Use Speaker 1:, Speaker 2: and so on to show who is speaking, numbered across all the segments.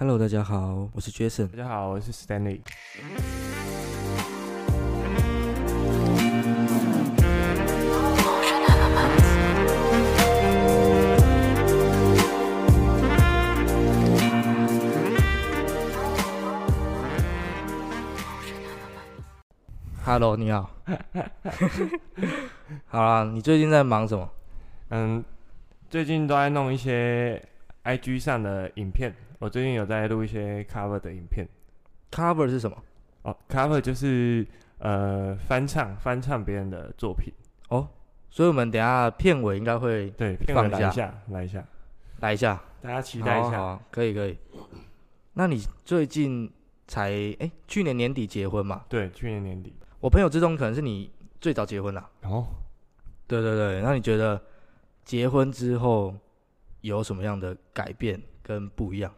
Speaker 1: Hello，大家好，我是 Jason
Speaker 2: 大。家好，我是 Stanley。
Speaker 1: Hello，你 好。好啦，你最近在忙什么？
Speaker 2: 嗯，最近都在弄一些 IG 上的影片，我最近有在录一些 cover 的影片。
Speaker 1: cover 是什么？
Speaker 2: 哦，cover 就是呃翻唱翻唱别人的作品，
Speaker 1: 哦，所以我们等一下片尾应该会
Speaker 2: 对，片
Speaker 1: 放
Speaker 2: 尾来
Speaker 1: 下
Speaker 2: 一下，来一下，
Speaker 1: 来一下，
Speaker 2: 大家期
Speaker 1: 好
Speaker 2: 待一
Speaker 1: 啊好
Speaker 2: 下。
Speaker 1: 啊可以可以。那你最近才哎、去年年底结婚嘛？
Speaker 2: 对，去年年底。
Speaker 1: 我朋友之中可能是你最早结婚啦。
Speaker 2: 哦，
Speaker 1: 对对对，那你觉得结婚之后有什么样的改变跟不一样？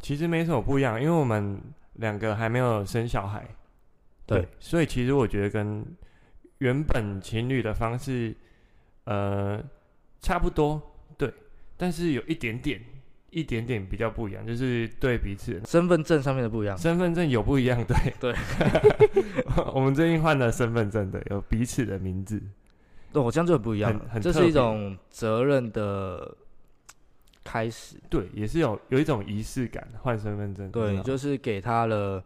Speaker 2: 其实没什么不一样，因为我们两个还没有生小孩。
Speaker 1: 对，
Speaker 2: 所以其实我觉得跟原本情侣的方式，呃，差不多，对，但是有一点点，一点点比较不一样，就是对彼此的
Speaker 1: 身份证上面的不一样。
Speaker 2: 身份证有不一样，对
Speaker 1: 对，
Speaker 2: 我们最近换了身份证，对，有彼此的名字，
Speaker 1: 对，哦我这样就很不一样
Speaker 2: 很
Speaker 1: 了，
Speaker 2: 很
Speaker 1: 这
Speaker 2: 特
Speaker 1: 是一
Speaker 2: 别
Speaker 1: 种责任的开始。
Speaker 2: 对，也是有有一种仪式感，换身份证，
Speaker 1: 对，
Speaker 2: 你
Speaker 1: 你
Speaker 2: 知道
Speaker 1: 就是给他了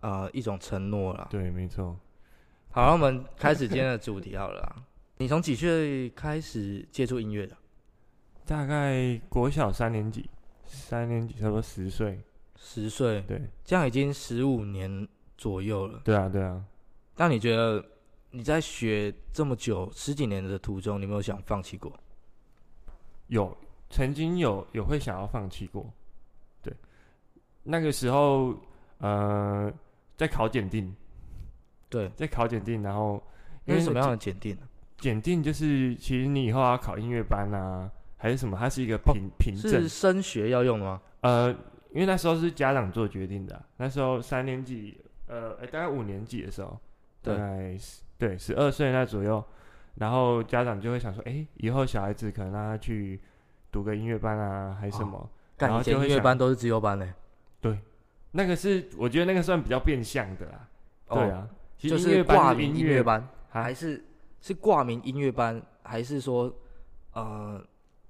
Speaker 1: 呃一种承诺啦。
Speaker 2: 对，没错，
Speaker 1: 好，那我们开始今天的主题好了啦。 你从几岁开始接触音乐的？
Speaker 2: 大概国小三年级，三年级差不多十岁，
Speaker 1: 十岁，
Speaker 2: 对，
Speaker 1: 这样已经十五年左右了。
Speaker 2: 对啊，对啊，
Speaker 1: 那你觉得你在学这么久十几年的途中，你有没有想放弃过？
Speaker 2: 有曾经有有会想要放弃过，对，那个时候呃在考检定，
Speaker 1: 对，
Speaker 2: 在考检定，然后因
Speaker 1: 那
Speaker 2: 为
Speaker 1: 是什么样
Speaker 2: 检
Speaker 1: 的检定呢？
Speaker 2: 检定就是其实你以后要考音乐班啊还是什么，它是一个凭凭证
Speaker 1: 哦是，升学要用的吗？
Speaker 2: 呃，因为那时候是家长做决定的啊、那时候三年级呃、诶大概五年级的时候，大
Speaker 1: 对
Speaker 2: 概十对十二岁那左右，然后家长就会想说，哎、以后小孩子可能让他去读个音乐班啊还是什
Speaker 1: 哦
Speaker 2: 么。
Speaker 1: 干以
Speaker 2: 然后
Speaker 1: 前
Speaker 2: 就会
Speaker 1: 音乐
Speaker 2: 想
Speaker 1: 班都是自由班呢、
Speaker 2: 那个是我觉得那个算比较变相的啦。对
Speaker 1: 哦，
Speaker 2: 啊，其
Speaker 1: 就
Speaker 2: 实音乐
Speaker 1: 是
Speaker 2: 班
Speaker 1: 挂
Speaker 2: 是
Speaker 1: 名
Speaker 2: 音
Speaker 1: 音乐
Speaker 2: 乐
Speaker 1: 班。
Speaker 2: 啊
Speaker 1: 还，是是挂名音乐班，还是说，呃，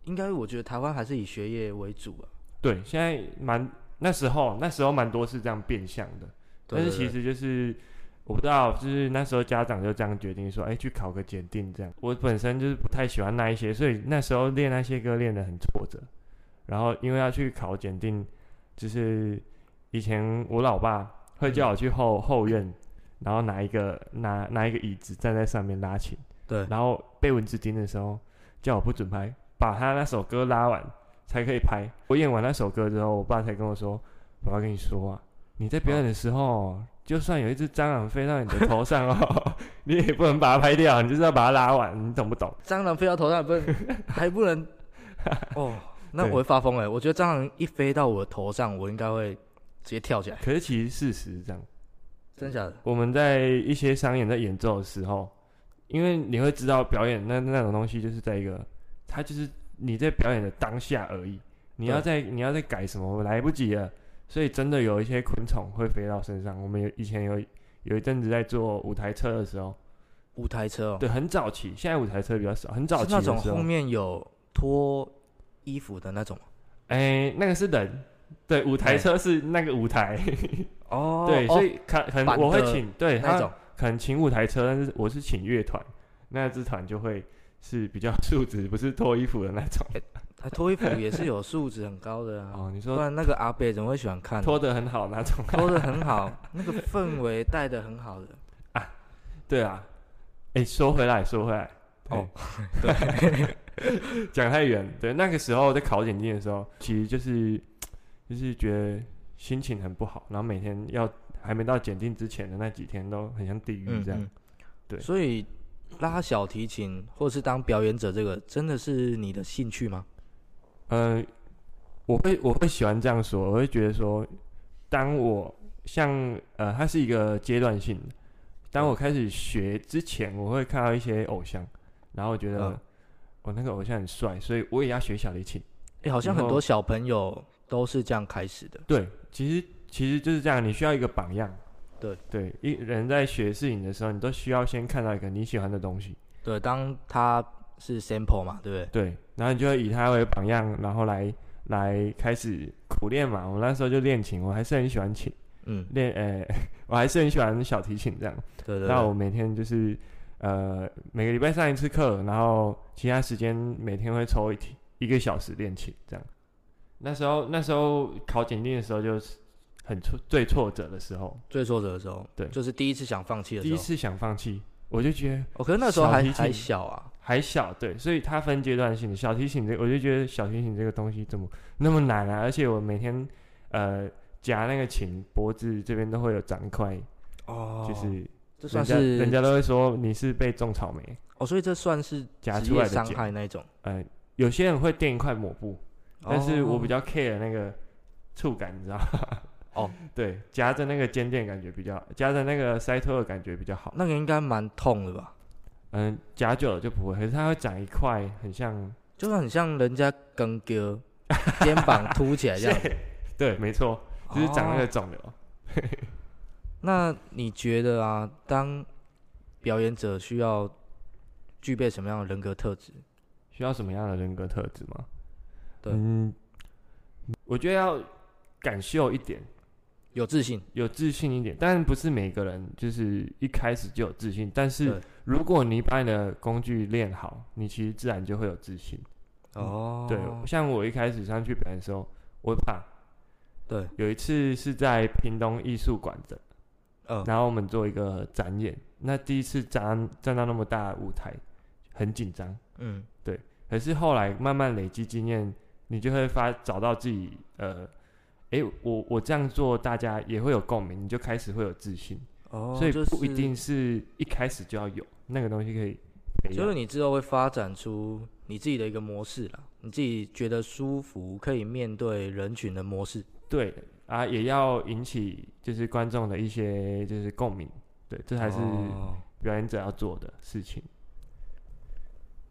Speaker 1: 应该我觉得台湾还是以学业为主啊。
Speaker 2: 对，现在蛮那时候那时候蛮多是这样变相的，
Speaker 1: 对
Speaker 2: 但
Speaker 1: 对
Speaker 2: 是其
Speaker 1: 对
Speaker 2: 实就是我不知道，就是那时候家长就这样决定说，哎、去考个检定这样。我本身就是不太喜欢那一些，所以那时候练那些歌练得很挫折。然后因为要去考检定，就是以前我老爸会叫我去后、后院，然后拿一个拿拿一个椅子站在上面拉琴。
Speaker 1: 对，
Speaker 2: 然后被蚊子叮的时候，叫我不准拍，把他那首歌拉完才可以拍。我演完那首歌之后，我爸才跟我说：“爸爸跟你说啊，你在表演的时候，就算有一只蟑螂飞到你的头上哦， 你也不能把它拍掉，你就是要把它拉完，你懂不懂
Speaker 1: 蟑螂飞到头上还不能 还不能，哦，那
Speaker 2: 对
Speaker 1: 我会发疯哎、我觉得蟑螂一飞到我头上，我应该会直接跳起来？”，
Speaker 2: 可是其实事实是这样，
Speaker 1: 真假的？
Speaker 2: 我们在一些商演在演奏的时候，因为你会知道表演那那种东西就是在一个，它就是你在表演的当下而已。你要在你要在改什么，来不及了。所以真的有一些昆虫会飞到身上。我们有以前有有一阵子在做舞台车的时候，
Speaker 1: 舞台车哦，
Speaker 2: 对，很早期，现在舞台车比较少，很早
Speaker 1: 是
Speaker 2: 期
Speaker 1: 那
Speaker 2: 的
Speaker 1: 种
Speaker 2: 时
Speaker 1: 后
Speaker 2: 候，
Speaker 1: 面有脱衣服的那种吗
Speaker 2: 哎、那个是人，对，舞台车是那个舞台，
Speaker 1: 哦，
Speaker 2: 对，
Speaker 1: 哦
Speaker 2: 所以可可能
Speaker 1: 板
Speaker 2: 我会
Speaker 1: 的
Speaker 2: 请，对，
Speaker 1: 那
Speaker 2: 他
Speaker 1: 种
Speaker 2: 可能请舞台车，但是我是请乐团，那支团就会是比较素质，不是脱衣服的那种。
Speaker 1: 他脱衣服也是有素质很高的啊，
Speaker 2: 哦，你
Speaker 1: 不
Speaker 2: 说
Speaker 1: 然那个阿伯怎么会喜欢看呢？
Speaker 2: 脱得很好那种？
Speaker 1: 拖的很好，那个氛围带的很好的。
Speaker 2: 对啊。哎，说回来，说回来，哎
Speaker 1: 哦，
Speaker 2: 讲太远。对，那个时候在考检定的时候，其实就是就是觉得心情很不好，然后每天要还没到检定之前的那几天都很像地狱
Speaker 1: 嗯
Speaker 2: 这样。
Speaker 1: 嗯，
Speaker 2: 对
Speaker 1: 所以拉小提琴或是当表演者，这个真的是你的兴趣吗？
Speaker 2: 呃，我会我会喜欢这样说，我会觉得说，当我像呃，它是一个阶段性的。当我开始学之前，我会看到一些偶像，然后我觉得我、
Speaker 1: 嗯
Speaker 2: 哦那个偶像很帅，所以我也要学小提琴。
Speaker 1: 哎、好像很
Speaker 2: 以后
Speaker 1: 多小朋友都是这样开始的。
Speaker 2: 对，其实其实就是这样，你需要一个榜样。
Speaker 1: 对
Speaker 2: 对，一人在学事情的时候，你都需要先看到一个你喜欢的东西，
Speaker 1: 对，当它是 sample 嘛，对不对？
Speaker 2: 对，然后你就会以他为榜样，然后来来开始苦练嘛。我那时候就练琴，我还是很喜欢琴，
Speaker 1: 嗯，
Speaker 2: 练呃， 我还是很喜欢小提琴这样。
Speaker 1: 对对
Speaker 2: 那我
Speaker 1: 对，
Speaker 2: 每天就是呃每个礼拜上一次课，然后其他时间每天会抽一题一个小时练琴这样。那时候那时候考检定的时候就是很挫最挫折的时候，
Speaker 1: 最挫折的时候，
Speaker 2: 对
Speaker 1: 就是第一次想放弃的
Speaker 2: 第
Speaker 1: 时
Speaker 2: 一
Speaker 1: 候。
Speaker 2: 次想放弃，我就觉得
Speaker 1: 哦，可是那时候
Speaker 2: 小
Speaker 1: 还
Speaker 2: 提琴
Speaker 1: 还小啊，
Speaker 2: 还小，对，所以它分阶段性的。小提琴这我就觉得小提琴这个东西怎么那么难啊？而且我每天呃夹那个琴，脖子这边都会有长一块，
Speaker 1: 哦，
Speaker 2: 就是
Speaker 1: 这算
Speaker 2: 人家
Speaker 1: 是
Speaker 2: 人家都会说你是被种草莓。
Speaker 1: 哦，所以这算是
Speaker 2: 夹
Speaker 1: 职
Speaker 2: 出来
Speaker 1: 业
Speaker 2: 的
Speaker 1: 伤
Speaker 2: 茧
Speaker 1: 害那一种。
Speaker 2: 呃，有些人会垫一块抹布，但是我比
Speaker 1: 较
Speaker 2: 较 care 那个触感，你知道吗？
Speaker 1: 哦，
Speaker 2: 对，夹着那个尖垫感觉比较，夹着那个塞托的感觉比较好。
Speaker 1: 那个应该蛮痛的吧？
Speaker 2: 嗯，夹久了就不会，可是它会长一块，很像。
Speaker 1: 就是很像人家跟哥肩膀凸起来这样子。
Speaker 2: 对，没错， 就是长那
Speaker 1: 哦
Speaker 2: 个肿瘤。
Speaker 1: 那你觉得啊，当表演者需要具备什么样的人格特质？
Speaker 2: 需要什么样的人格特质吗？
Speaker 1: 对
Speaker 2: 嗯，我觉得要敢秀一点，
Speaker 1: 有自信，
Speaker 2: 有自信一点，但不是每个人就是一开始就有自信。但是
Speaker 1: 对
Speaker 2: 如果你把你的工具练好，你其实自然就会有自信。
Speaker 1: 哦，
Speaker 2: 嗯对，像我一开始上去表演的时候，我会怕。
Speaker 1: 对，
Speaker 2: 有一次是在屏东艺术馆的，
Speaker 1: 嗯，
Speaker 2: 然后我们做一个展演。那第一次站站到那么大的舞台，很紧张。
Speaker 1: 嗯，
Speaker 2: 可是后来慢慢累积经验，你就会发找到自己，呃，诶，我我这样做，大家也会有共鸣，你就开始会有自信。
Speaker 1: 哦，
Speaker 2: 所以
Speaker 1: 就
Speaker 2: 不一
Speaker 1: 是
Speaker 2: 定是一开始就要有那个东西可以培
Speaker 1: 就是
Speaker 2: 养。
Speaker 1: 你之后会发展出你自己的一个模式啦，你自己觉得舒服，可以面对人群的模式。
Speaker 2: 对啊，也要引起就是观众的一些就是共鸣。对，这才是
Speaker 1: 哦
Speaker 2: 表演者要做的事情。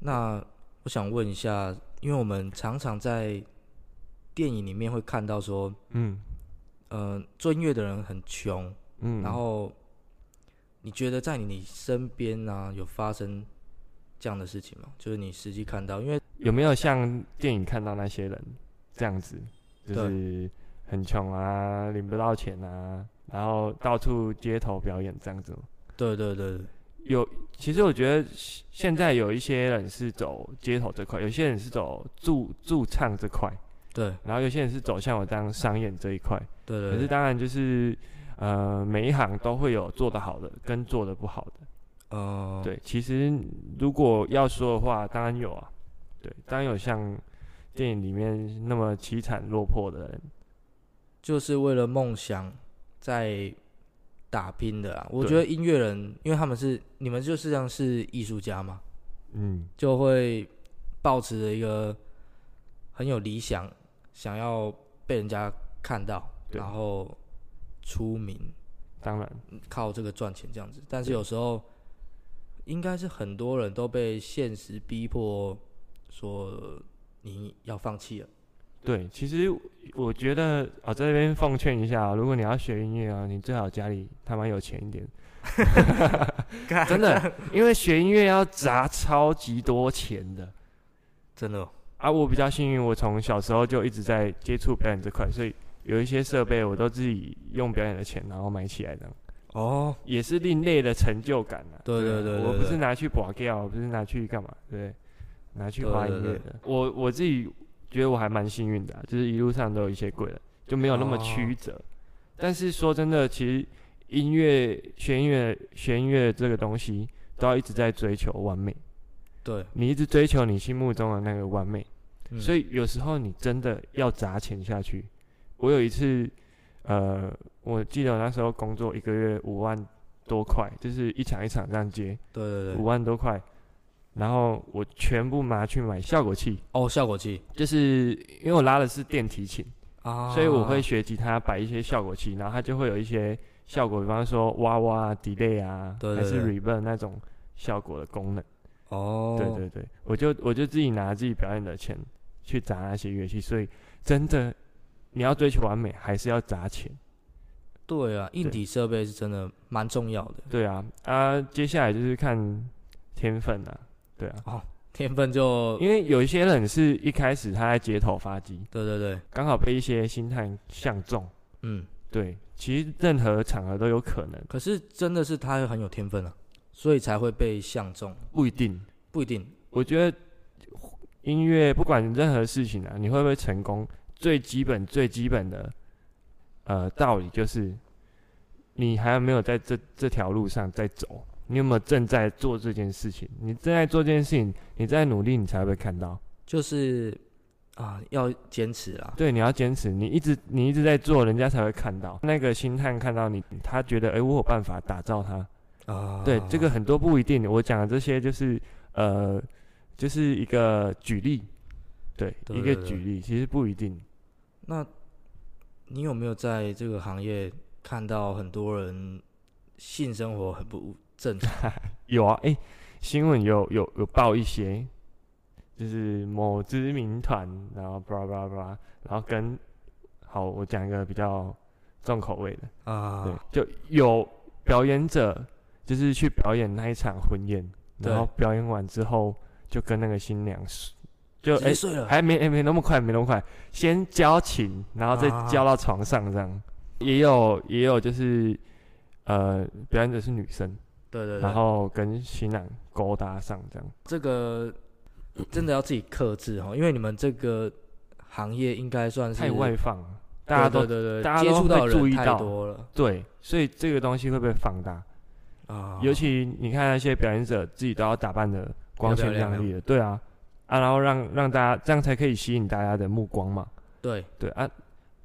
Speaker 1: 那我想问一下，因为我们常常在电影里面会看到说，
Speaker 2: 嗯
Speaker 1: 呃，做音乐的人很穷，
Speaker 2: 嗯
Speaker 1: 然后你觉得在你身边啊有发生这样的事情吗？就是你实际看到，因为
Speaker 2: 有没有像电影看到那些人这样子，就
Speaker 1: 对
Speaker 2: 是很穷啊，领不到钱啊，然后到处街头表演这样子吗？
Speaker 1: 对对对对，
Speaker 2: 有，其实我觉得现现在有一些人是走街头这块，有些人是走驻驻唱这块，
Speaker 1: 对
Speaker 2: 然后有些人是走向我当商演这一块。
Speaker 1: 对对
Speaker 2: 可是
Speaker 1: 对，
Speaker 2: 当然就是，呃，每一行都会有做得好的跟做得不好的。
Speaker 1: 哦、
Speaker 2: 对，其实如果要说的话，当然有啊，对，当然有像电影里面那么凄惨落魄的人，
Speaker 1: 就是为了梦想在打拼的啊。我
Speaker 2: 对
Speaker 1: 觉得音乐人，因为他们是你们就是像是艺术家嘛，
Speaker 2: 嗯，
Speaker 1: 就会抱持着一个很有理想，想要被人家看到，
Speaker 2: 对
Speaker 1: 然后出名，
Speaker 2: 当然，
Speaker 1: 靠这个赚钱这样子。但是有时候，应该是很多人都被现实逼迫，说你要放弃了。
Speaker 2: 对，其实我觉得啊、在这边奉劝一下、啊，如果你要学音乐啊，你最好家里他妈有钱一点，真 的，因为学音乐要砸超级多钱的。
Speaker 1: 真的哦，
Speaker 2: 啊，我比较幸运，我从小时候就一直在接触表演这块，所以有一些设备我都自己用表演的钱然后买起来的，
Speaker 1: 哦，
Speaker 2: 也是另类的成就感啊。
Speaker 1: 对对对对
Speaker 2: 我不
Speaker 1: 对
Speaker 2: 是拿去拔掉，我不是拿去干嘛，对不对？拿去花音
Speaker 1: 对
Speaker 2: 乐
Speaker 1: 对
Speaker 2: 的。我我自己觉得我还蛮幸运的啊、就是一路上都有一些贵人，就没有那么
Speaker 1: 哦
Speaker 2: 曲折。但是说真的，其实音乐学音乐学音乐这个东西，都要一直在追求完美。
Speaker 1: 对，
Speaker 2: 你一直追求你心目中的那个完美，
Speaker 1: 嗯
Speaker 2: 所以有时候你真的要砸钱下去。我有一次，呃，我记得我那时候工作一个月五万多块，就是一场一场这样接
Speaker 1: 对对
Speaker 2: 五
Speaker 1: 对，
Speaker 2: 万多块，然后我全部拿去买效果器，
Speaker 1: 哦，效果器
Speaker 2: 就是因为我拉的是电提琴，
Speaker 1: 啊，
Speaker 2: 所以我会学吉他摆一些效果器，然后它就会有一些效果，比方说哇哇啊、delay 啊，
Speaker 1: 对对
Speaker 2: 还是
Speaker 1: 对
Speaker 2: reverb 那种效果的功能。
Speaker 1: 哦，
Speaker 2: 对对对，我就我就自己拿自己表演的钱去砸那些乐器，所以真的你要追求完美，还是要砸钱？
Speaker 1: 对啊，硬
Speaker 2: 对
Speaker 1: 体设备是真的蛮重要的，
Speaker 2: 对啊，啊，接下来就是看天分啊，对啊，
Speaker 1: 天分就
Speaker 2: 因为有一些人是一开始他在街头发迹，
Speaker 1: 对对对，
Speaker 2: 刚好被一些星探相中，
Speaker 1: 嗯，
Speaker 2: 对，其实任何场合都有可能，
Speaker 1: 可是真的是他很有天分啊，所以才会被相中，
Speaker 2: 不一定。
Speaker 1: 不一定。
Speaker 2: 我觉得音乐不管任何事情啊，你会不会成功，最基本最基本的呃道理就是，你还有没有在这这条路上在走？你有没有正在做这件事情？你正在做这件事情，你在努力，你才会被看到。
Speaker 1: 就是啊，要坚持啦。
Speaker 2: 对，你要坚持，你一直你一直在做，人家才会看到那个星探看到你，他觉得哎、诶我有办法打造他。
Speaker 1: 啊，
Speaker 2: 对，这个很多不一定。我讲的这些就是呃，就是一个举例，对，
Speaker 1: 对
Speaker 2: 一个
Speaker 1: 对
Speaker 2: 举例，其实不一定。
Speaker 1: 那你有没有在这个行业看到很多人性生活很不正 常？
Speaker 2: 有啊，哎、新闻有有有报一些，就是某知名团，然后巴拉巴拉巴拉，然后跟好，我讲一个比较重口味的，对
Speaker 1: 啊，，
Speaker 2: 就有表演者就是去表演那一场婚宴，然后表演完之后就跟那个新娘睡就
Speaker 1: 几
Speaker 2: 哎、
Speaker 1: 岁了？
Speaker 2: 还没、哎没那么快，没那么快，先交情，然后再
Speaker 1: 啊
Speaker 2: 交到床上这样。也有也有就是呃，表演者是女生，
Speaker 1: 对对对，
Speaker 2: 然后跟新郎勾搭上这样。
Speaker 1: 这个真的要自己克制哈，因为你们这个行业应该算是
Speaker 2: 太外放了，
Speaker 1: 对
Speaker 2: 大家都
Speaker 1: 对对对
Speaker 2: 大家
Speaker 1: 接
Speaker 2: 都
Speaker 1: 触到
Speaker 2: 会
Speaker 1: 人
Speaker 2: 注意
Speaker 1: 太
Speaker 2: 到
Speaker 1: 多了
Speaker 2: 对，所以这个东西会被放大。
Speaker 1: 啊，
Speaker 2: 尤其你看那些表演者自己都要打扮的光
Speaker 1: 漂
Speaker 2: 鲜
Speaker 1: 亮
Speaker 2: 亮丽的，对啊，啊，然后让让大家这样才可以吸引大家的目光嘛，
Speaker 1: 对
Speaker 2: 对啊，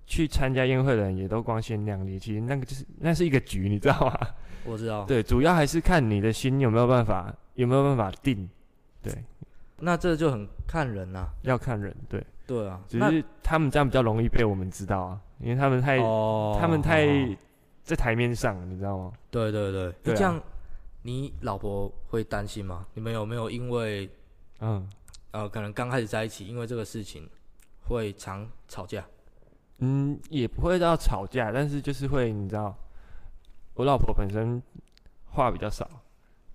Speaker 2: 去参加宴会的人也都光鲜亮丽，其实那个就是那是一个局，你知道吗？
Speaker 1: 我知道。
Speaker 2: 对，主要还是看你的心有没有办法有没有办法定，对，
Speaker 1: 那这就很看人呐、
Speaker 2: 要看人，对，
Speaker 1: 对啊，
Speaker 2: 只
Speaker 1: 那
Speaker 2: 是他们这样比较容易被我们知道啊，因为他们太、
Speaker 1: 哦
Speaker 2: 他们太
Speaker 1: 哦
Speaker 2: 在台面上，你知道吗？
Speaker 1: 对对对，
Speaker 2: 对
Speaker 1: 那
Speaker 2: 啊
Speaker 1: 这样你老婆会担心吗？你们有没有因为
Speaker 2: 嗯。
Speaker 1: 呃，可能刚开始在一起，因为这个事情会常吵架？
Speaker 2: 嗯，也不会到吵架，但是就是会，你知道，我老婆本身话比较少，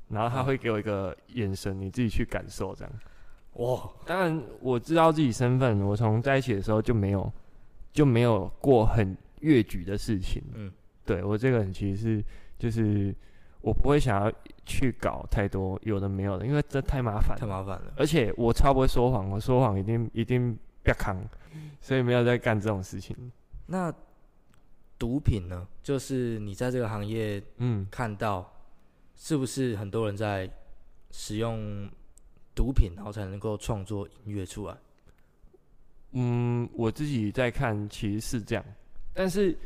Speaker 2: 然后她
Speaker 1: 嗯
Speaker 2: 会给我一个眼神，你自己去感受这样。
Speaker 1: 哇，
Speaker 2: 当然，我知道自己身份，我从在一起的时候就没有就没有过很越矩的事情。
Speaker 1: 嗯，
Speaker 2: 对我这个人其实是就是我不会想要去搞太多有的没有的，因为这太麻烦
Speaker 1: 太
Speaker 2: 了，
Speaker 1: 麻烦了。
Speaker 2: 而且我超不会说谎，我说谎一定一定不要扛，所以没有在干这种事情。
Speaker 1: 那毒品呢？就是你在这个行业
Speaker 2: 嗯。
Speaker 1: 看到，是不是很多人在使用毒品，然后才能够创作音乐出来？
Speaker 2: 嗯，我自己在看，其实是这样，但是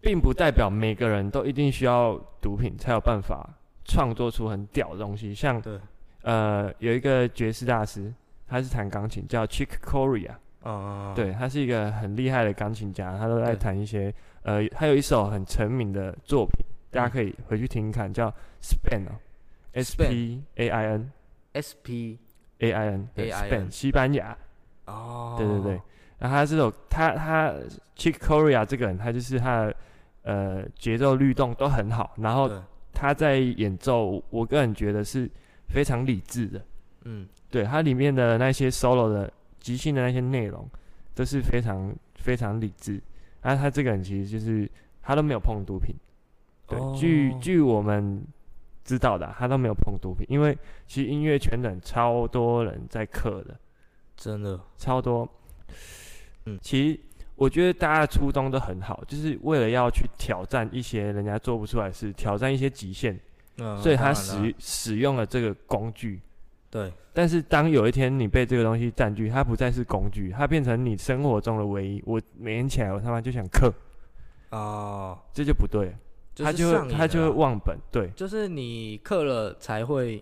Speaker 2: 并不代表每个人都一定需要毒品才有办法创作出很屌的东西。像
Speaker 1: 对，
Speaker 2: 呃，有一个爵士大师，他是弹钢琴，叫 Chick Corea，、
Speaker 1: 啊、
Speaker 2: 对他是一个很厉害的钢琴家，他都在
Speaker 1: 对
Speaker 2: 弹一些呃，他有一首很成名的作品，大家可以回去听看，叫 Span 哦，S P A I N
Speaker 1: ，SP
Speaker 2: A I N 对
Speaker 1: AIN
Speaker 2: Span 西班牙，
Speaker 1: 哦，
Speaker 2: 对对对，，然后他这首他他 Chick Corea 这个人，他就是他的呃节奏律动都很好，然后
Speaker 1: 对，
Speaker 2: 他在演奏，我个人觉得是非常理智的。
Speaker 1: 嗯，
Speaker 2: 对它里面的那些 solo 的即兴的那些内容，都是非常非常理智。然后他这个人其实就是他都没有碰毒品，对，
Speaker 1: 哦
Speaker 2: 据据我们知道的啊、他都没有碰毒品，因为其实音乐圈的人超多人在嗑的，
Speaker 1: 真的，
Speaker 2: 超多。
Speaker 1: 嗯
Speaker 2: 嗯，其实我觉得大家的初衷都很好，就是为了要去挑战一些人家做不出来的事，挑战一些极限，
Speaker 1: 嗯，
Speaker 2: 所以
Speaker 1: 当
Speaker 2: 他
Speaker 1: 然啦
Speaker 2: 使使用了这个工具。
Speaker 1: 对，
Speaker 2: 但是当有一天你被这个东西占据，它不再是工具，它变成你生活中的唯一。我每天起来，我他妈就想克，
Speaker 1: 哦，
Speaker 2: 这就不对了，
Speaker 1: 就
Speaker 2: 他
Speaker 1: 是
Speaker 2: 就
Speaker 1: 上
Speaker 2: 会
Speaker 1: 瘾
Speaker 2: 他就会
Speaker 1: 了啦
Speaker 2: 忘本。对
Speaker 1: 就是你刻了才会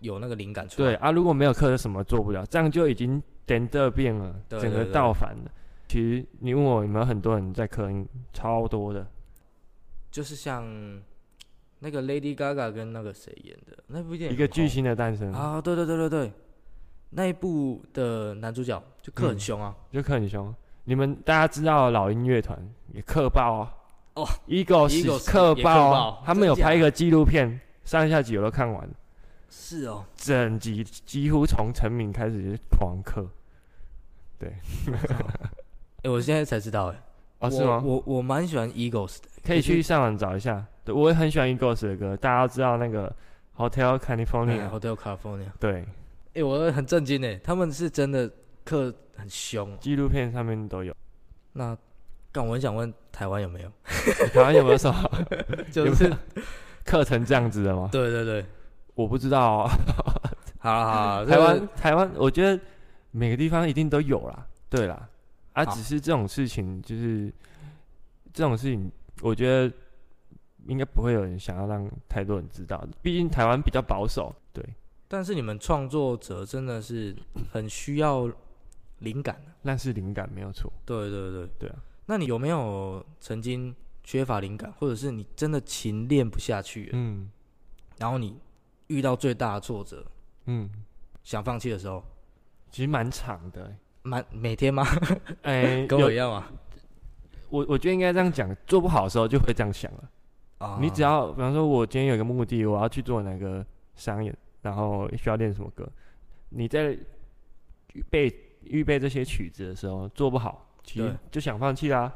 Speaker 1: 有那个灵感出来。
Speaker 2: 对，啊，如果没有克，就什么做不了，这样就已经点这变了，
Speaker 1: 对
Speaker 2: 整个
Speaker 1: 对对
Speaker 2: 倒反了。其实你问我有没有很多人在克，超多的。
Speaker 1: 就是像那个 Lady Gaga 跟那个谁演的那部电影，
Speaker 2: 一个巨星的诞生，
Speaker 1: 啊，对对对对对，那一部的男主角就刻很
Speaker 2: 嗯
Speaker 1: 凶啊，
Speaker 2: 就克很凶。你们大家知道老鹰乐团也克爆啊，
Speaker 1: 哦
Speaker 2: ，Eagles
Speaker 1: Eagles
Speaker 2: 克
Speaker 1: 也
Speaker 2: 爆
Speaker 1: 克
Speaker 2: 啊
Speaker 1: 爆，
Speaker 2: 他们有
Speaker 1: 真假
Speaker 2: 拍一个纪录片，上下集我都看完了，
Speaker 1: 是哦，
Speaker 2: 整集几乎从成名开始就是狂克，
Speaker 1: 哎、我现在才知道、哎，
Speaker 2: 哦，是吗？
Speaker 1: 我我我蛮喜欢 Eagles 的，
Speaker 2: 可以去上网找一下，对我也很喜欢 Eagles 的歌，大家都知道那个 Hotel
Speaker 1: 哎
Speaker 2: California，、
Speaker 1: Hotel California。
Speaker 2: 对，
Speaker 1: 哎、我很震惊哎，他们是真的课很凶哦。
Speaker 2: 纪录片上面都有。
Speaker 1: 那，但我很想问台湾有没有？
Speaker 2: 台湾有没有什么
Speaker 1: 就
Speaker 2: 有
Speaker 1: 是
Speaker 2: 没有课程这样子的吗？
Speaker 1: 对对对，
Speaker 2: 我不知道、哦，
Speaker 1: 好了好了，
Speaker 2: 台
Speaker 1: 这
Speaker 2: 湾
Speaker 1: 个
Speaker 2: 台湾，我觉得每个地方一定都有啦，对啦，啊，
Speaker 1: 好
Speaker 2: 只是这种事情就是这种事情，我觉得应该不会有人想要让太多人知道，毕竟台湾比较保守，对，
Speaker 1: 但是你们创作者真的是很需要灵感的。
Speaker 2: 那是灵感没有错。
Speaker 1: 对对对
Speaker 2: 对啊。
Speaker 1: 那你有没有曾经缺乏灵感，或者是你真的琴练不下去了，
Speaker 2: 嗯
Speaker 1: 然后你遇到最大的挫折，
Speaker 2: 嗯，
Speaker 1: 想放弃的时候，
Speaker 2: 其实蛮长 的、欸。
Speaker 1: 满每天吗？
Speaker 2: 哎、
Speaker 1: 跟我
Speaker 2: 有
Speaker 1: 一样啊。
Speaker 2: 我我觉得应该这样讲，做不好的时候就会这样想了。
Speaker 1: 啊
Speaker 2: 你只要，比方说，我今天有一个目的，我要去做哪个商演，然后需要练什么歌，你在预备预备这些曲子的时候做不好，其实
Speaker 1: 对
Speaker 2: 就想放弃啦，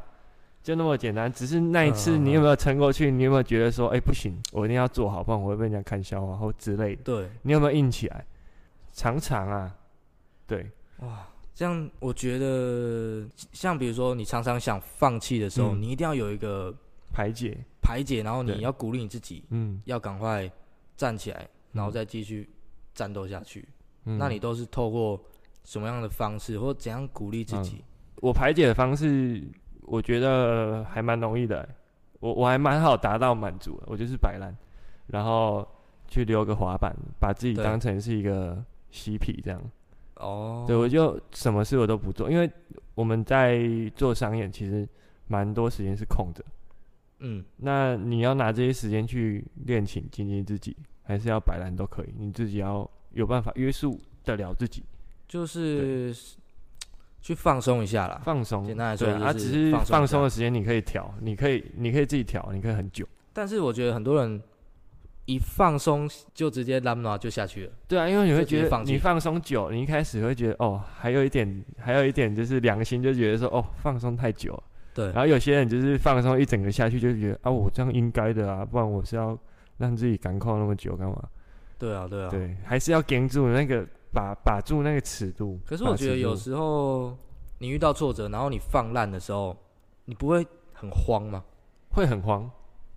Speaker 2: 就那么简单。只是那一次，
Speaker 1: 嗯嗯
Speaker 2: 你有
Speaker 1: 嗯
Speaker 2: 没有撑过去？你有没有觉得说，哎、不行，我一定要做好，不然我会被人家看笑话或之类的？
Speaker 1: 对
Speaker 2: 你有没有硬起来？常常啊，对，
Speaker 1: 这样，我觉得像比如说你常常想放弃的时候，
Speaker 2: 嗯
Speaker 1: 你一定要有一个
Speaker 2: 排解，
Speaker 1: 排解，然后
Speaker 2: 对
Speaker 1: 你要鼓励你自己，
Speaker 2: 嗯，
Speaker 1: 要赶快站起来，然后
Speaker 2: 嗯
Speaker 1: 再继续战斗下去。
Speaker 2: 嗯
Speaker 1: 那你都是透过什么样的方式，或怎样鼓励自己？
Speaker 2: 我排解的方式，我觉得还蛮容易的欸，我我还蛮好达到满足的，我就是摆烂，然后去溜个滑板，把自己
Speaker 1: 对
Speaker 2: 当成是一个嬉皮这样。
Speaker 1: 哦，
Speaker 2: 对，我就什么事我都不做，因为我们在做商演，其实蛮多时间是空着。
Speaker 1: 嗯，
Speaker 2: 那你要拿这些时间去练琴、精进自己，还是要摆烂都可以，你自己要有办法约束得了自己，
Speaker 1: 就是去放松一下啦。
Speaker 2: 放松。
Speaker 1: 简单来
Speaker 2: 对
Speaker 1: 说
Speaker 2: 啊，啊
Speaker 1: 就
Speaker 2: 只
Speaker 1: 是
Speaker 2: 是
Speaker 1: 放松一下
Speaker 2: 放松的时间你可以调，你可以你可以自己调，你可以很久。
Speaker 1: 但是我觉得很多人一放松就直接拉拉就下去了。
Speaker 2: 对啊，因为你会
Speaker 1: 就直接
Speaker 2: 觉得
Speaker 1: 放弃
Speaker 2: 你放松久，你一开始会觉得哦，还有一点，还有一点就是良心就觉得说哦，放松太久了。
Speaker 1: 对
Speaker 2: 然，后有些人就是放松一整个下去，就觉得啊，我这样应该的啊，不然我是要让自己赶扣那么久干嘛？
Speaker 1: 对啊，对啊。
Speaker 2: 对，还是要盯住那个把把住那个尺度。
Speaker 1: 可是我
Speaker 2: 把
Speaker 1: 觉得
Speaker 2: 尺
Speaker 1: 有
Speaker 2: 度
Speaker 1: 时候你遇到挫折，然后你放烂的时候，你不会很慌吗？
Speaker 2: 会很慌，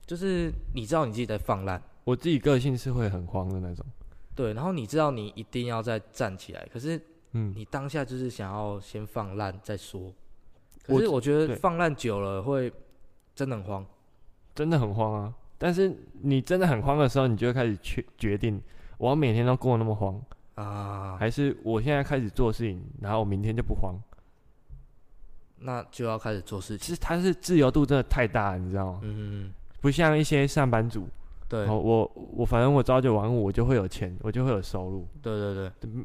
Speaker 1: 就是你知道你自己在放烂，
Speaker 2: 我自己个性是会很慌的那种。
Speaker 1: 对，然后你知道你一定要再站起来，可是
Speaker 2: 嗯，
Speaker 1: 你当下就是想要先放烂再说。
Speaker 2: 我
Speaker 1: 可是我觉
Speaker 2: 对
Speaker 1: 得放烂久了会真的很慌，
Speaker 2: 真的很慌啊。但是你真的很慌的时候，你就会开始决决定，我要每天都过那么慌，
Speaker 1: 啊，
Speaker 2: 还是我现在开始做事情，然后我明天就不慌？
Speaker 1: 那就要开始做事情。
Speaker 2: 其实他是自由度真的太大了，你知道吗？
Speaker 1: 嗯，
Speaker 2: 不像一些上班族，
Speaker 1: 对，
Speaker 2: 哦，
Speaker 1: 对
Speaker 2: 我我反正我朝九晚五，我就会有钱，我就会有收入。
Speaker 1: 对对，
Speaker 2: 嗯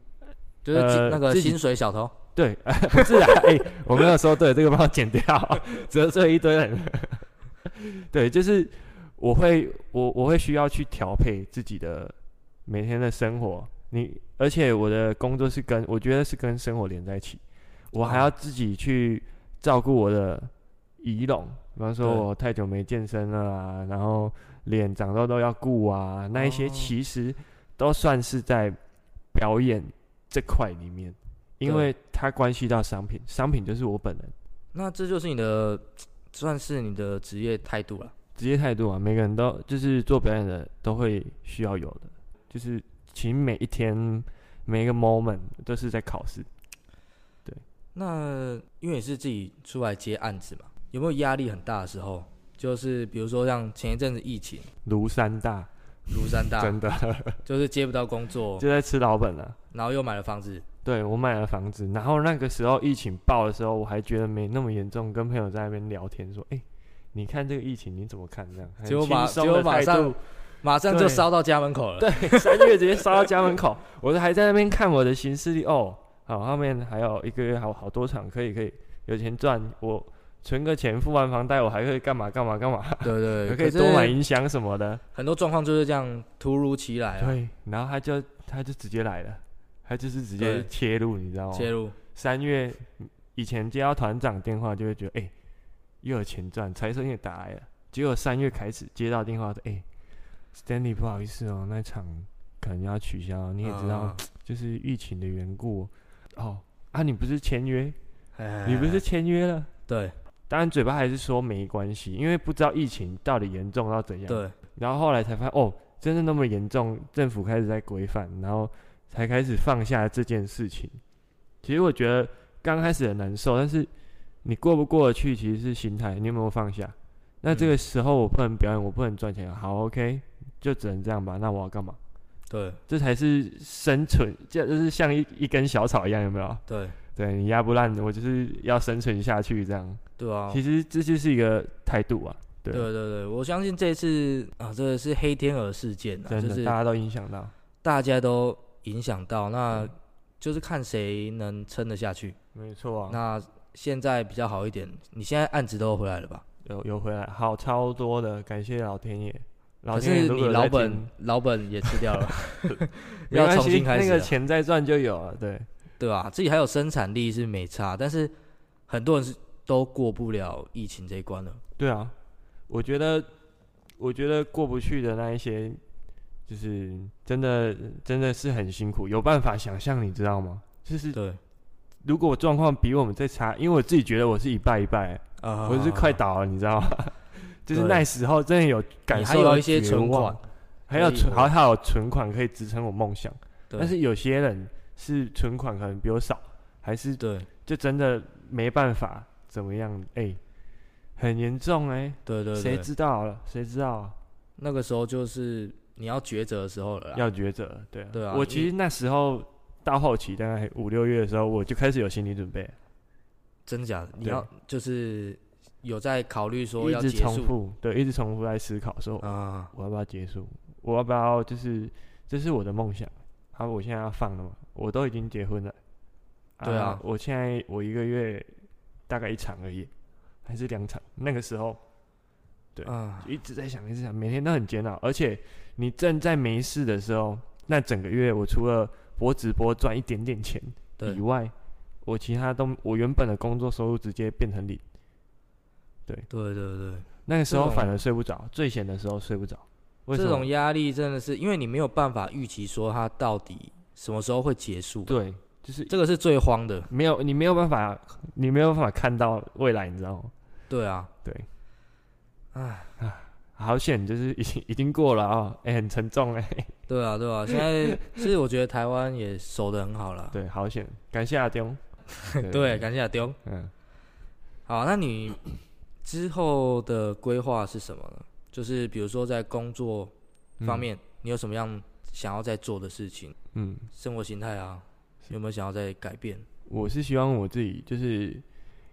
Speaker 1: 就是
Speaker 2: 呃
Speaker 1: 那个
Speaker 2: 自己
Speaker 1: 薪水小偷，
Speaker 2: 对， 不是啊，哎、我没有说对，这个帮我剪掉，得罪一堆人。对，就是我会我我会需要去调配自己的每天的生活，你而且我的工作是跟我觉得是跟生活连在一起，我
Speaker 1: 哦
Speaker 2: 还要自己去照顾我的仪容，比方说
Speaker 1: 对
Speaker 2: 我太久没健身了啊，然后脸长痘痘要顾啊，那一些
Speaker 1: 哦
Speaker 2: 其实都算是在表演这块里面，因
Speaker 1: 对
Speaker 2: 为它关系到商品，商品就是我本人
Speaker 1: 那这就是你的算是你的职业态度了。
Speaker 2: 职业态度啊，每个人都就是做表演的都会需要有的，就是其实每一天每一个 moment 都是在考试。
Speaker 1: 那因为你是自己出来接案子嘛，有没有压力很大的时候？就是比如说像前一阵子疫情，
Speaker 2: 庐山大，
Speaker 1: 庐山大，
Speaker 2: 真的
Speaker 1: 就是接不到工作，
Speaker 2: 就在吃老本了、
Speaker 1: 然后又买了房子，
Speaker 2: 对我买了房子，然后那个时候疫情爆的时候，我还觉得没那么严重，跟朋友在那边聊天说：“哎、你看这个疫情你怎么看？”这样，很
Speaker 1: 结果
Speaker 2: 轻
Speaker 1: 马
Speaker 2: 松
Speaker 1: 结果
Speaker 2: 的
Speaker 1: 马
Speaker 2: 态
Speaker 1: 上
Speaker 2: 度
Speaker 1: 马上就
Speaker 2: 对
Speaker 1: 烧到家门口了。
Speaker 2: 对，三月直接烧到家门口，我还在那边看我的行事历哦，好，后面还有一个月，还有好多场，可以可以，有钱赚，我存个钱付完房贷，我还可以干嘛干嘛干嘛，
Speaker 1: 对对，
Speaker 2: 还
Speaker 1: 对
Speaker 2: 可以
Speaker 1: 是
Speaker 2: 多买音响什么的。
Speaker 1: 很多状况就是这样突如其来啊，
Speaker 2: 对，然后他就他就直接来了，他就是直
Speaker 1: 对
Speaker 2: 接切入，你知道吗？
Speaker 1: 切入，
Speaker 2: 三月以前接到团长电话，就会觉得哎、又有钱赚，财神也打来了。结果三月开始接到电话说，哎、s t a n l e y 不好意思哦，那场可能要取消。你也知道，
Speaker 1: 啊，
Speaker 2: 就是疫情的缘故哦。啊，你不是签约？
Speaker 1: 哎
Speaker 2: 你不是签约了？
Speaker 1: 对
Speaker 2: 当然，嘴巴还是说没关系，因为不知道疫情到底严重到怎样。
Speaker 1: 对
Speaker 2: 然后后来才发现，哦，真的那么严重，政府开始在规范，然后才开始放下这件事情。其实我觉得刚开始很难受，但是你过不过得去，其实是心态，你有没有放下？那
Speaker 1: 嗯
Speaker 2: 这个时候我不能表演，我不能赚钱，好，OK，就只能这样吧。那我要干嘛？
Speaker 1: 对
Speaker 2: 这才是生存，这就是像一一根小草一样，有没有？
Speaker 1: 对
Speaker 2: 对你压不烂，我就是要生存下去这样。
Speaker 1: 对啊，
Speaker 2: 其实这就是一个态度啊，对
Speaker 1: 对对对，我相信这次啊，这个是黑天鹅事件啊，
Speaker 2: 真
Speaker 1: 就
Speaker 2: 的、
Speaker 1: 是
Speaker 2: 大家都影响到，
Speaker 1: 大家都影响到，那
Speaker 2: 嗯
Speaker 1: 就是看谁能撑得下去。
Speaker 2: 没错啊。
Speaker 1: 那现在比较好一点，你现在案子都回来了吧？
Speaker 2: 有有回来，好超多的，感谢老天爷。老
Speaker 1: 可
Speaker 2: 天爷
Speaker 1: 是
Speaker 2: 如
Speaker 1: 你
Speaker 2: 果有
Speaker 1: 老
Speaker 2: 在
Speaker 1: 本
Speaker 2: 听，
Speaker 1: 老本也吃掉 了，
Speaker 2: 没
Speaker 1: 要
Speaker 2: 关
Speaker 1: 重
Speaker 2: 系
Speaker 1: 新开
Speaker 2: 那
Speaker 1: 始啊
Speaker 2: 个
Speaker 1: 了，
Speaker 2: 钱再赚就有了，对，
Speaker 1: 对吧、自己还有生产力是没差，但是很多人是都过不了疫情这一关了。
Speaker 2: 对啊。我觉得，我觉得过不去的那一些，就是真的真的是很辛苦，有办法想象，你知道吗？就是
Speaker 1: 对，
Speaker 2: 如果状况比我们再差，因为我自己觉得我是一败一败，
Speaker 1: 啊、
Speaker 2: 我是快倒了，你知 道吗？就是那时候真的有感
Speaker 1: 你还
Speaker 2: 受到
Speaker 1: 有一些
Speaker 2: 绝
Speaker 1: 存
Speaker 2: 望
Speaker 1: 款，
Speaker 2: 还有
Speaker 1: 可以
Speaker 2: 存，
Speaker 1: 我
Speaker 2: 还好有存款可以支撑我梦想。
Speaker 1: 对，
Speaker 2: 但是有些人是存款可能比我少，还是
Speaker 1: 对
Speaker 2: 就真的没办法怎么样？哎、很严重哎、
Speaker 1: 对对
Speaker 2: 谁
Speaker 1: 对，
Speaker 2: 知道了？谁知道啊、
Speaker 1: 那个时候就是你要抉择的时候了啦。
Speaker 2: 要抉择，对啊
Speaker 1: 对啊
Speaker 2: 我其实那时候到后期，大概五六月的时候，我就开始有心理准备，
Speaker 1: 真的假的？你
Speaker 2: 对
Speaker 1: 要就是有在考虑说
Speaker 2: 一
Speaker 1: 要
Speaker 2: 直
Speaker 1: 结
Speaker 2: 重
Speaker 1: 束
Speaker 2: 复，对，一直重复在思考说，
Speaker 1: 啊？
Speaker 2: 我要不要结束？我要不要就是这是我的梦想？啊，我现在要放了嘛？我都已经结婚了。
Speaker 1: 对啊
Speaker 2: 我现在我一个月大概一场而已，还是两场。那个时候对
Speaker 1: 啊，
Speaker 2: 一直在想，一直想，每天都很煎熬。而且你正在没事的时候，那整个月我除了播直播赚一点点钱
Speaker 1: 对
Speaker 2: 以外，我其他都我原本的工作收入直接变成零。
Speaker 1: 对对对，
Speaker 2: 那个时候
Speaker 1: 这种
Speaker 2: 反而睡不着，最闲的时候睡不着。为什
Speaker 1: 这种
Speaker 2: 么？
Speaker 1: 压力真的是因为你没有办法预期说它到底什么时候会结束，
Speaker 2: 对，就是
Speaker 1: 这个是最慌的。
Speaker 2: 没有，你没有办法，你没有办法看到未来，你知道吗？
Speaker 1: 对啊，
Speaker 2: 对，
Speaker 1: 唉，
Speaker 2: 好险，就是 已经已经过了啊、哎、很沉重哎、
Speaker 1: 对啊，对 啊，现在其实我觉得台湾也守得很好了。
Speaker 2: 对，好险，感谢阿丢。
Speaker 1: 对，，感谢阿丢。
Speaker 2: 嗯，
Speaker 1: 好，那你之后的规划是什么呢？就是比如说在工作方面，你有什么样想要在做的事情？
Speaker 2: 嗯，
Speaker 1: 生活形态啊，有没有想要再改变？
Speaker 2: 我是希望我自己就是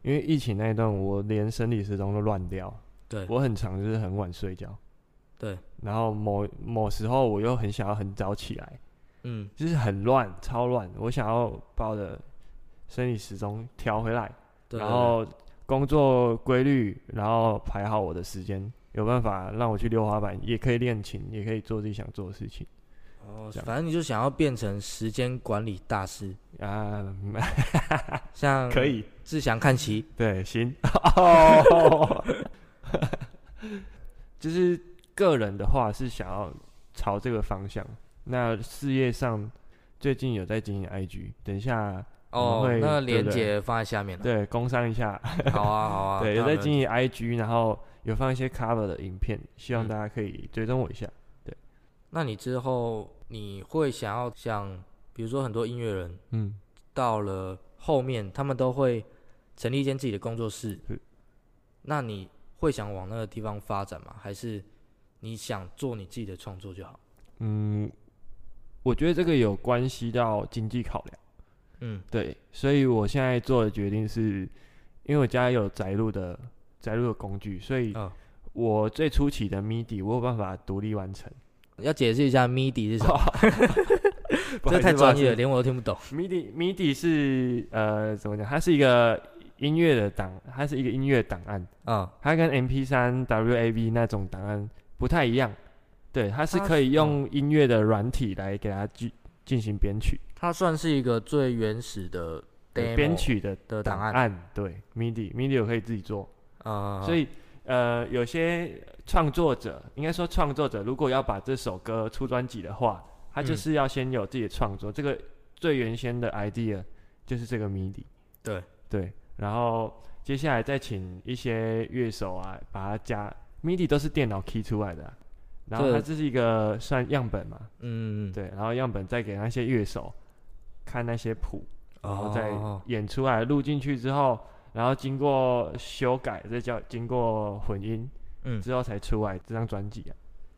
Speaker 2: 因为疫情那一段，我连生理时钟都乱掉，
Speaker 1: 对
Speaker 2: 我很常就是很晚睡觉，
Speaker 1: 对，
Speaker 2: 然后某某时候我又很想要很早起来，
Speaker 1: 嗯，
Speaker 2: 就是很乱，超乱，我想要把我的生理时钟调回来。
Speaker 1: 对。
Speaker 2: 然后工作规律，然后排好我的时间，有办法让我去溜滑板，也可以练琴，也可以做自己想做的事情
Speaker 1: 哦
Speaker 2: 这，样
Speaker 1: 反正你就想要变成时间管理大师，
Speaker 2: 啊， 嗯
Speaker 1: 像
Speaker 2: 可以，
Speaker 1: 志祥看齐，
Speaker 2: 对，行， 哦，就是个人的话是想要朝这个方向，那事业上最近有在经营 IG，等一下
Speaker 1: 哦
Speaker 2: 我们，会
Speaker 1: 那
Speaker 2: 对
Speaker 1: 连
Speaker 2: 不对
Speaker 1: 接放在下面了。啊
Speaker 2: 对工商一下，
Speaker 1: 好啊，好啊，
Speaker 2: 对，
Speaker 1: 那
Speaker 2: 有
Speaker 1: 我
Speaker 2: 在
Speaker 1: 们
Speaker 2: 经营 IG，然后有放一些 cover 的影片，希望
Speaker 1: 嗯
Speaker 2: 大家可以追踪我一下。
Speaker 1: 那你之后你会想要像，比如说很多音乐人
Speaker 2: 嗯，
Speaker 1: 到了后面，他们都会成立一间自己的工作室
Speaker 2: 是，
Speaker 1: 那你会想往那个地方发展吗？还是你想做你自己的创作就好？
Speaker 2: 嗯，我觉得这个有关系到经济考量，
Speaker 1: 嗯，
Speaker 2: 对，所以我现在做的决定是，因为我家有宅录的宅录的工具，所以
Speaker 1: 啊
Speaker 2: 我最初期的 MIDI 我有办法独立 完成。
Speaker 1: 要解释一下 MIDI 是什么，
Speaker 2: 不好
Speaker 1: 这
Speaker 2: 意
Speaker 1: 太
Speaker 2: 思不好
Speaker 1: 专
Speaker 2: 意
Speaker 1: 业了，
Speaker 2: 思
Speaker 1: 连我都听不懂。
Speaker 2: MIDI MIDI 是呃怎么讲？它是一个音乐的档，它是一个音乐档案，
Speaker 1: 啊，
Speaker 2: 它跟 MP 三、WAV 那种档案不太一样，对，它是
Speaker 1: 它
Speaker 2: 可以
Speaker 1: 是
Speaker 2: 用音乐的软体来给它进进行编曲，
Speaker 1: 它算是一个最原始的
Speaker 2: 对
Speaker 1: demo
Speaker 2: 编曲的
Speaker 1: 的档
Speaker 2: 档
Speaker 1: 案
Speaker 2: 案，对，MIDI，MIDI 我可以自己做，
Speaker 1: 啊，
Speaker 2: 所以呃，有些创作者，应该说创作者，如果要把这首歌出专辑的话，他就
Speaker 1: 嗯
Speaker 2: 是要先有自己的创作。这个最原先的 idea 就是这个谜底。
Speaker 1: 对
Speaker 2: 对，然后接下来再请一些乐手啊，把它加 MIDI 都是电脑 key 出来的啊、然后
Speaker 1: 这
Speaker 2: 它这是一个算样本嘛，
Speaker 1: 嗯，
Speaker 2: 对，然后样本再给那些乐手看那些谱，然后再
Speaker 1: 哦
Speaker 2: 演出来录进去之后，然后经过修改，再叫经过混音，
Speaker 1: 嗯
Speaker 2: 之后才出来这张专辑啊，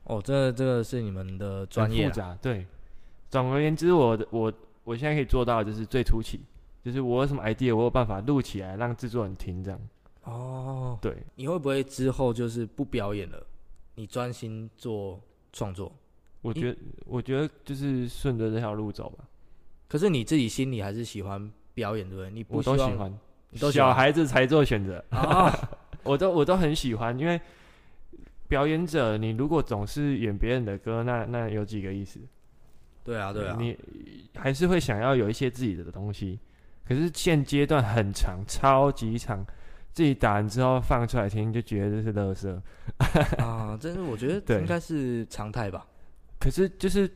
Speaker 1: 哦，这这个是你们的专
Speaker 2: 很
Speaker 1: 业
Speaker 2: 复
Speaker 1: 啊，
Speaker 2: 杂，对。总而言之，我的我我现在可以做到的就是最初期，就是我有什么 idea，我有办法录起来让制作人听这样，
Speaker 1: 哦，
Speaker 2: 对。
Speaker 1: 你会不会之后就是不表演了，你专心做创作？
Speaker 2: 我
Speaker 1: 一
Speaker 2: 觉得，我觉得就是顺着这条路走吧，
Speaker 1: 可是你自己心里还是喜欢表演，对不对？你不
Speaker 2: 我
Speaker 1: 希
Speaker 2: 都喜
Speaker 1: 望
Speaker 2: 欢。
Speaker 1: 你都喜
Speaker 2: 小
Speaker 1: 欢
Speaker 2: 孩子才做选择，
Speaker 1: 啊，
Speaker 2: 我都我都很喜欢，因为表演者，你如果总是演别人的歌，那那有几个意思？
Speaker 1: 对啊，对啊，
Speaker 2: 你还是会想要有一些自己的东西。可是现阶段很长，超级长，自己打完之后放出来听，就觉得这是垃圾。
Speaker 1: 啊，真是我觉
Speaker 2: 对
Speaker 1: 得应该是常态吧。
Speaker 2: 可是就是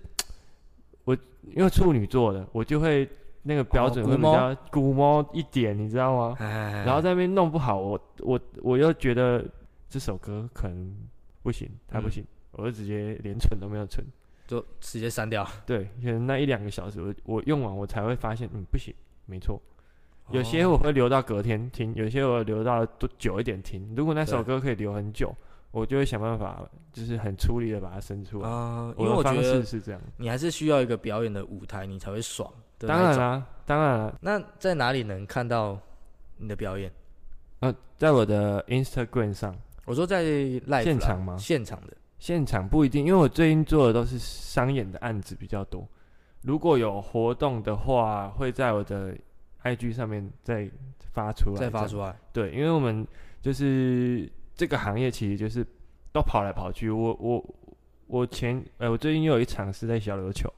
Speaker 2: 我因为处女座的，我就会那个标
Speaker 1: 哦
Speaker 2: 准
Speaker 1: 估
Speaker 2: 会比
Speaker 1: 摸
Speaker 2: 较估摸一点，你知道吗？
Speaker 1: 哎，
Speaker 2: 然后在那边弄不好，我我我又觉得这首歌可能不行，它不
Speaker 1: 嗯
Speaker 2: 行，我就直接连存都没有存。
Speaker 1: 就直接删掉。
Speaker 2: 对，可能那一两个小时我我用完我才会发现，嗯，不行，没错。有些
Speaker 1: 哦
Speaker 2: 我会留到隔天听，有些我留到多久一点听。如果那首歌可以留很久，我就会想办法，就是很出力的把它生出来。
Speaker 1: 啊，因
Speaker 2: 我
Speaker 1: 为
Speaker 2: 的
Speaker 1: 我觉
Speaker 2: 方式
Speaker 1: 得
Speaker 2: 是这样。
Speaker 1: 你还是需要一个表演的舞台，你才会爽。的
Speaker 2: 当
Speaker 1: 那
Speaker 2: 然啊
Speaker 1: 种
Speaker 2: 啦、当然啦、
Speaker 1: 那在哪里能看到你的表演？
Speaker 2: 呃，在我的 Instagram 上，
Speaker 1: 我说在 live
Speaker 2: 现
Speaker 1: 啦
Speaker 2: 场吗
Speaker 1: 现场的
Speaker 2: 现场不一定，因为我最近做的都是商演的案子比较多。如果有活动的话，会在我的 IG 上面再发出来，
Speaker 1: 再发出来。
Speaker 2: 对，因为我们就是这个行业，其实就是都跑来跑去。我我我前呃，我最近又有一场是在小琉球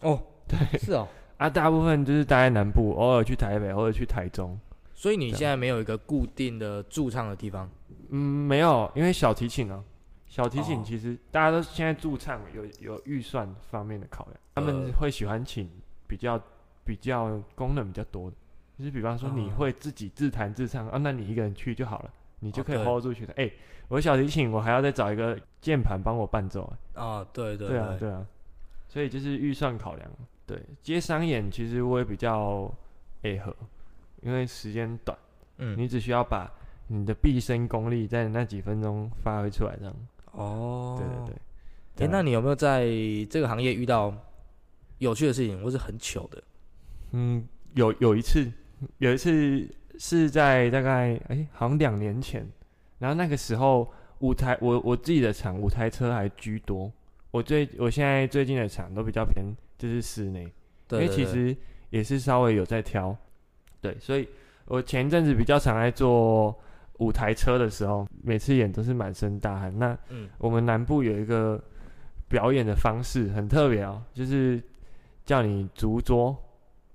Speaker 1: 哦，对，是哦。
Speaker 2: 啊，大部分就是待在南部，偶尔去台北，偶尔去台中。
Speaker 1: 所以你
Speaker 2: 对
Speaker 1: 现在没有一个固定的驻唱的地方
Speaker 2: 嗯，没有，因为小提琴啊，小提琴
Speaker 1: 哦
Speaker 2: 其实大家都现在驻唱有有预算方面的考量，他们
Speaker 1: 呃
Speaker 2: 会喜欢请比较比较功能比较多的，就是比方说你
Speaker 1: 哦
Speaker 2: 会自己自弹自唱啊，那你一个人去就好了，你就
Speaker 1: 哦
Speaker 2: 可以
Speaker 1: 对
Speaker 2: hold 住去的。哎、我小提琴我还要再找一个键盘帮我伴奏、啊，
Speaker 1: 啊？对对
Speaker 2: 对啊对啊，所以就是预算考量。对，接商演其实我也比较配合，因为时间短。
Speaker 1: 嗯，
Speaker 2: 你只需要把你的毕生功力在那几分钟发挥出来，这样。
Speaker 1: 哦，
Speaker 2: 对对对。
Speaker 1: 哎、
Speaker 2: 对啊
Speaker 1: 那你有没有在这个行业遇到有趣的事情，或是很糗的？
Speaker 2: 嗯，有有一次，有一次是在大概哎、好像两年前，然后那个时候舞台我我自己的场舞台车还居多，我最我现在最近的场都比较偏就是室内，
Speaker 1: 对
Speaker 2: 因为其
Speaker 1: 对对
Speaker 2: 实也是稍微有在挑，对，所以我前阵子比较常在做舞台车的时候，每次演都是满身大汗。那
Speaker 1: 嗯
Speaker 2: 我们南部有一个表演的方式很特别哦，就是叫你竹桌，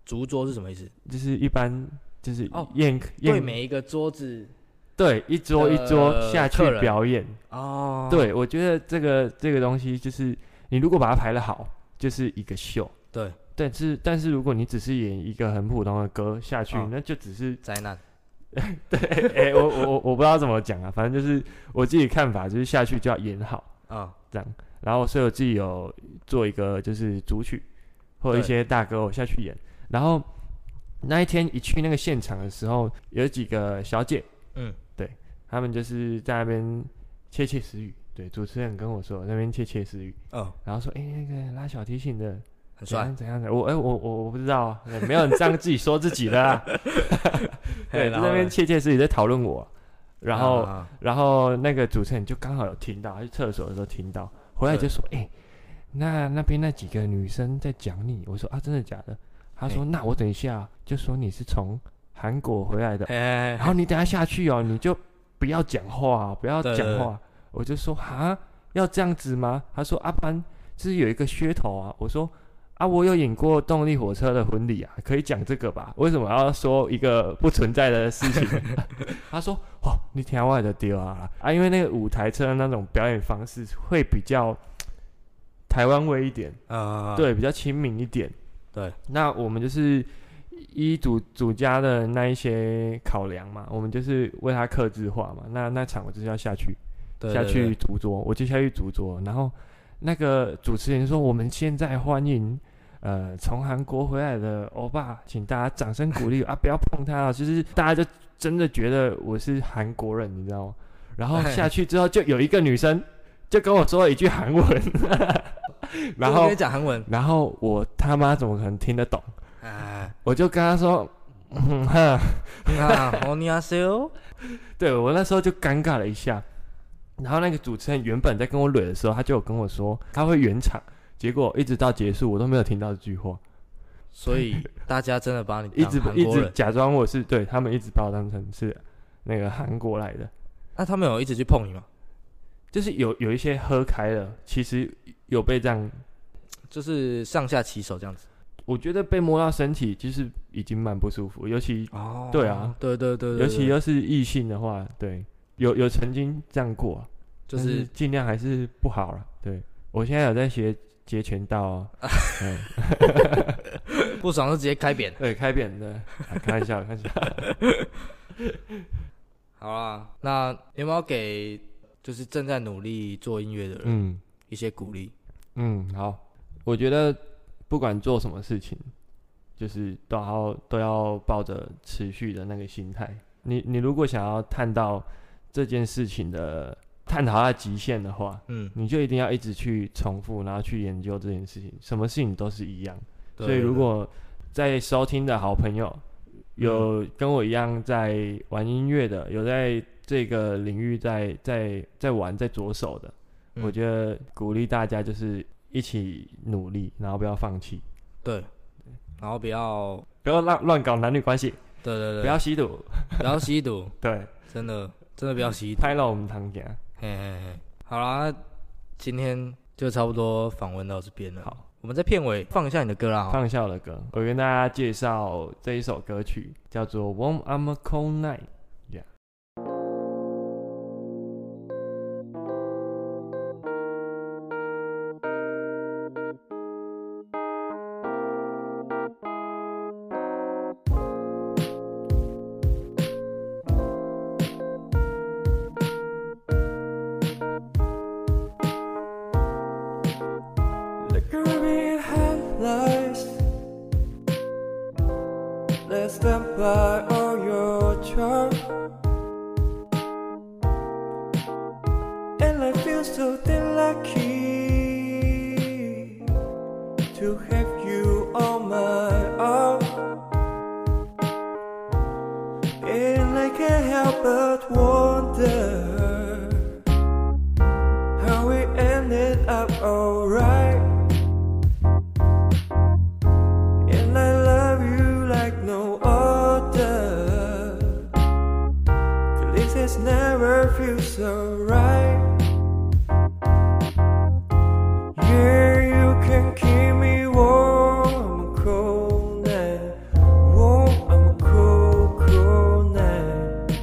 Speaker 1: 竹桌是什么意思？
Speaker 2: 就是一般就是
Speaker 1: 哦
Speaker 2: 宴、
Speaker 1: 对
Speaker 2: 宴
Speaker 1: 每一个桌子
Speaker 2: 对一桌一桌
Speaker 1: 的
Speaker 2: 下去
Speaker 1: 客人
Speaker 2: 表演。
Speaker 1: 哦，
Speaker 2: 对，我觉得这个这个东西就是你如果把它排的好，就是一个秀。
Speaker 1: 对，
Speaker 2: 但是但是如果你只是演一个很普通的歌下去，
Speaker 1: 哦
Speaker 2: 那就只是
Speaker 1: 灾难
Speaker 2: 哎、欸我我我我不知道怎么讲啊，反正就是我自己看法，就是下去就要演好
Speaker 1: 啊、
Speaker 2: 这样。然后所以我自己有做一个就是主曲或者一
Speaker 1: 对
Speaker 2: 些大歌我下去演。然后那一天一去那个现场的时候，有几个小姐，
Speaker 1: 嗯，
Speaker 2: 对，她们就是在那边窃窃私语。对，主持人跟我说那边窃窃私语，
Speaker 1: 嗯，
Speaker 2: 然后说，哎、那个拉小提琴的
Speaker 1: 很
Speaker 2: 怎
Speaker 1: 帅
Speaker 2: 样，怎样的？我哎、我我我不知道啊，哎没有人这样自己说自己的 啦。对，
Speaker 1: 嘿
Speaker 2: 在
Speaker 1: 然后
Speaker 2: 那边
Speaker 1: 呢
Speaker 2: 窃窃私语在讨论我，然后、
Speaker 1: 啊
Speaker 2: 然后那个主持人就刚好有听到，他去厕所的时候听到，回来就
Speaker 1: 对
Speaker 2: 说：“哎、那那边那几个女生在讲你。”我说：“啊，真的假的？”他说：“那我等一下就说你是从韩国回来的，
Speaker 1: 哎，
Speaker 2: 然后你等一下下去哦，你就不要讲话、不要
Speaker 1: 对
Speaker 2: 讲
Speaker 1: 对
Speaker 2: 话。我就说哈，要这样子吗？他说阿班，就是有一个噱头啊。我说啊，我有演过动力火车的婚礼啊，可以讲这个吧？为什么要说一个不存在的事情？他说哦，你听我的丢啊啊，因为那个舞台车的那种表演方式会比较台湾味一点。
Speaker 1: 啊，
Speaker 2: 对，比较亲民一点。
Speaker 1: 对，
Speaker 2: 那我们就是依主主家的那一些考量嘛，我们就是为他克制化嘛。那那场我就是要下去，
Speaker 1: 对
Speaker 2: 下
Speaker 1: 对
Speaker 2: 去
Speaker 1: 对
Speaker 2: 主桌，我就下去主桌。然后那个主持人说：“我们现在欢迎呃从韩国回来的欧巴，请大家掌声鼓 励啊！不要碰他啊！”就是大家就真的觉得我是韩国人，你知道吗？然后下去之后，就有一个女生就跟我说了一句韩文， 然
Speaker 1: 我
Speaker 2: 后
Speaker 1: 跟你讲韩文，
Speaker 2: 然后我他妈怎么可能听得懂？
Speaker 1: 哎，
Speaker 2: 我就跟他说，嗯哼，
Speaker 1: 你好，我尼亚西欧，
Speaker 2: 对我那时候就尴尬了一下。然后那个主持人原本在跟我捋的时候，他就有跟我说他会圆场，结果一直到结束我都没有听到这句话，
Speaker 1: 所以大家真的把你
Speaker 2: 一
Speaker 1: 当
Speaker 2: 直
Speaker 1: 韩
Speaker 2: 一
Speaker 1: 国
Speaker 2: 直
Speaker 1: 人，
Speaker 2: 假装我是对他们一直把我当成是那个韩国来的，
Speaker 1: 那他们有一直去碰你吗？
Speaker 2: 就是有有一些喝开了，其实有被这样，
Speaker 1: 就是上下其手这样子。
Speaker 2: 我觉得被摸到身体其实已经蛮不舒服，尤其
Speaker 1: 哦
Speaker 2: 对啊，
Speaker 1: 对对对对，
Speaker 2: 尤其
Speaker 1: 对
Speaker 2: 又是异性的话，对，有有曾经这样过啊、
Speaker 1: 就
Speaker 2: 但
Speaker 1: 是
Speaker 2: 尽量还是不好了。对我现在有在学截拳道 哦，嗯
Speaker 1: 不爽就直接开扁。
Speaker 2: 对，开扁的，啊开玩 笑，开玩笑。
Speaker 1: 好啦，那有没有给就是正在努力做音乐的人
Speaker 2: 嗯
Speaker 1: 一些鼓励？
Speaker 2: 嗯，好，我觉得不管做什么事情，就是都要都要抱着持续的那个心态。你你如果想要探到这件事情的探讨它的极限的话，
Speaker 1: 嗯，
Speaker 2: 你就一定要一直去重复，然后去研究这件事情。什么事情都是一样。
Speaker 1: 对
Speaker 2: 所以
Speaker 1: 对
Speaker 2: 如
Speaker 1: 对
Speaker 2: 果在收听的好朋友有
Speaker 1: 嗯
Speaker 2: 跟我一样在玩音乐的，有在这个领域在在在玩在着手的，
Speaker 1: 嗯
Speaker 2: 我觉得鼓励大家就是一起努力，然后不要放弃，
Speaker 1: 对，然后不要，
Speaker 2: 不要乱乱搞男女关系，
Speaker 1: 对对对，
Speaker 2: 不要吸毒，
Speaker 1: 不要吸毒，
Speaker 2: 对，
Speaker 1: 真的真的不要吸毒。
Speaker 2: 拍了我们堂姐。啊
Speaker 1: 嘿嘿嘿，好啦，那今天就差不多访问到这边了。
Speaker 2: 好，
Speaker 1: 我们在片尾放一下你的歌啦。好
Speaker 2: 放笑的歌，我跟大家介绍这一首歌曲，叫做《Warm I'm a Cold Night》。
Speaker 3: Look at me in headlights. Let's stand by on your charm. And I feel so damn lucky to have you on my arm. And I can't help but wonder how we ended up alright. And I love you like no other. Cause this has never feels so right. Yeah, you can keep me warm. I'm a cold night. Warm, I'm a cold, cold night.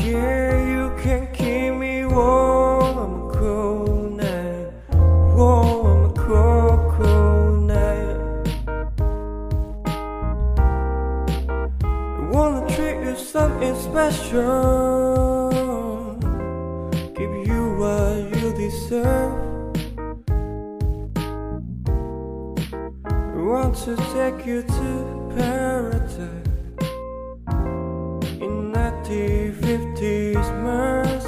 Speaker 3: Yeah, you can keep me warm. I'm a cold night. Warm, I'm a cold, cold night. I wanna treat you something special. Give you what you deserve. I want to take you to paradise in 1950s Mars.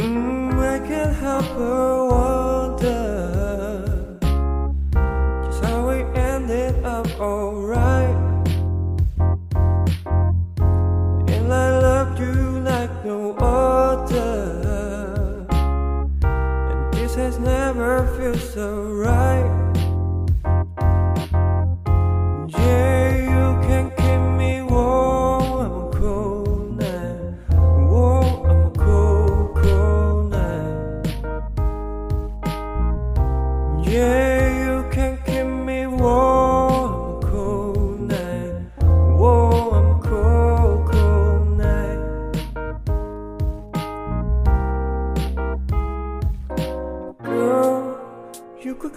Speaker 3: Mm, I can't help but wonder just how we ended up alright. And I loved you like no other, and this has never felt so right.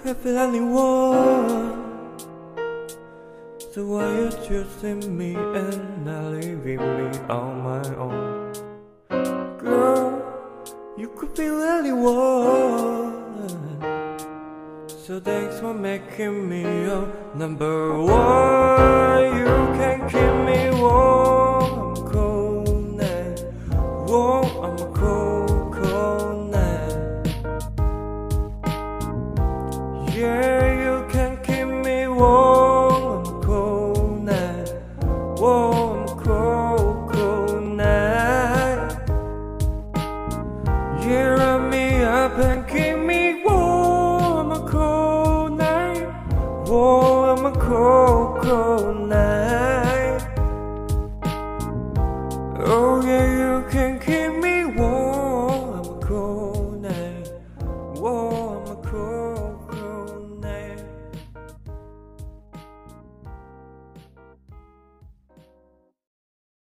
Speaker 3: have only one. So why you choosing me and not leaving me on my own? Girl, you could be anyone. So thanks for making me your number one. You can keep me warm. I'm a cold night. Warm, I'm a cold, cold night. Yeah, you can keep me warm on a cold night. Warm, cold, cold night. Yeah, wrap me up and keep me warm on a cold night. Warm on a cold, cold night. Oh yeah, you can keep me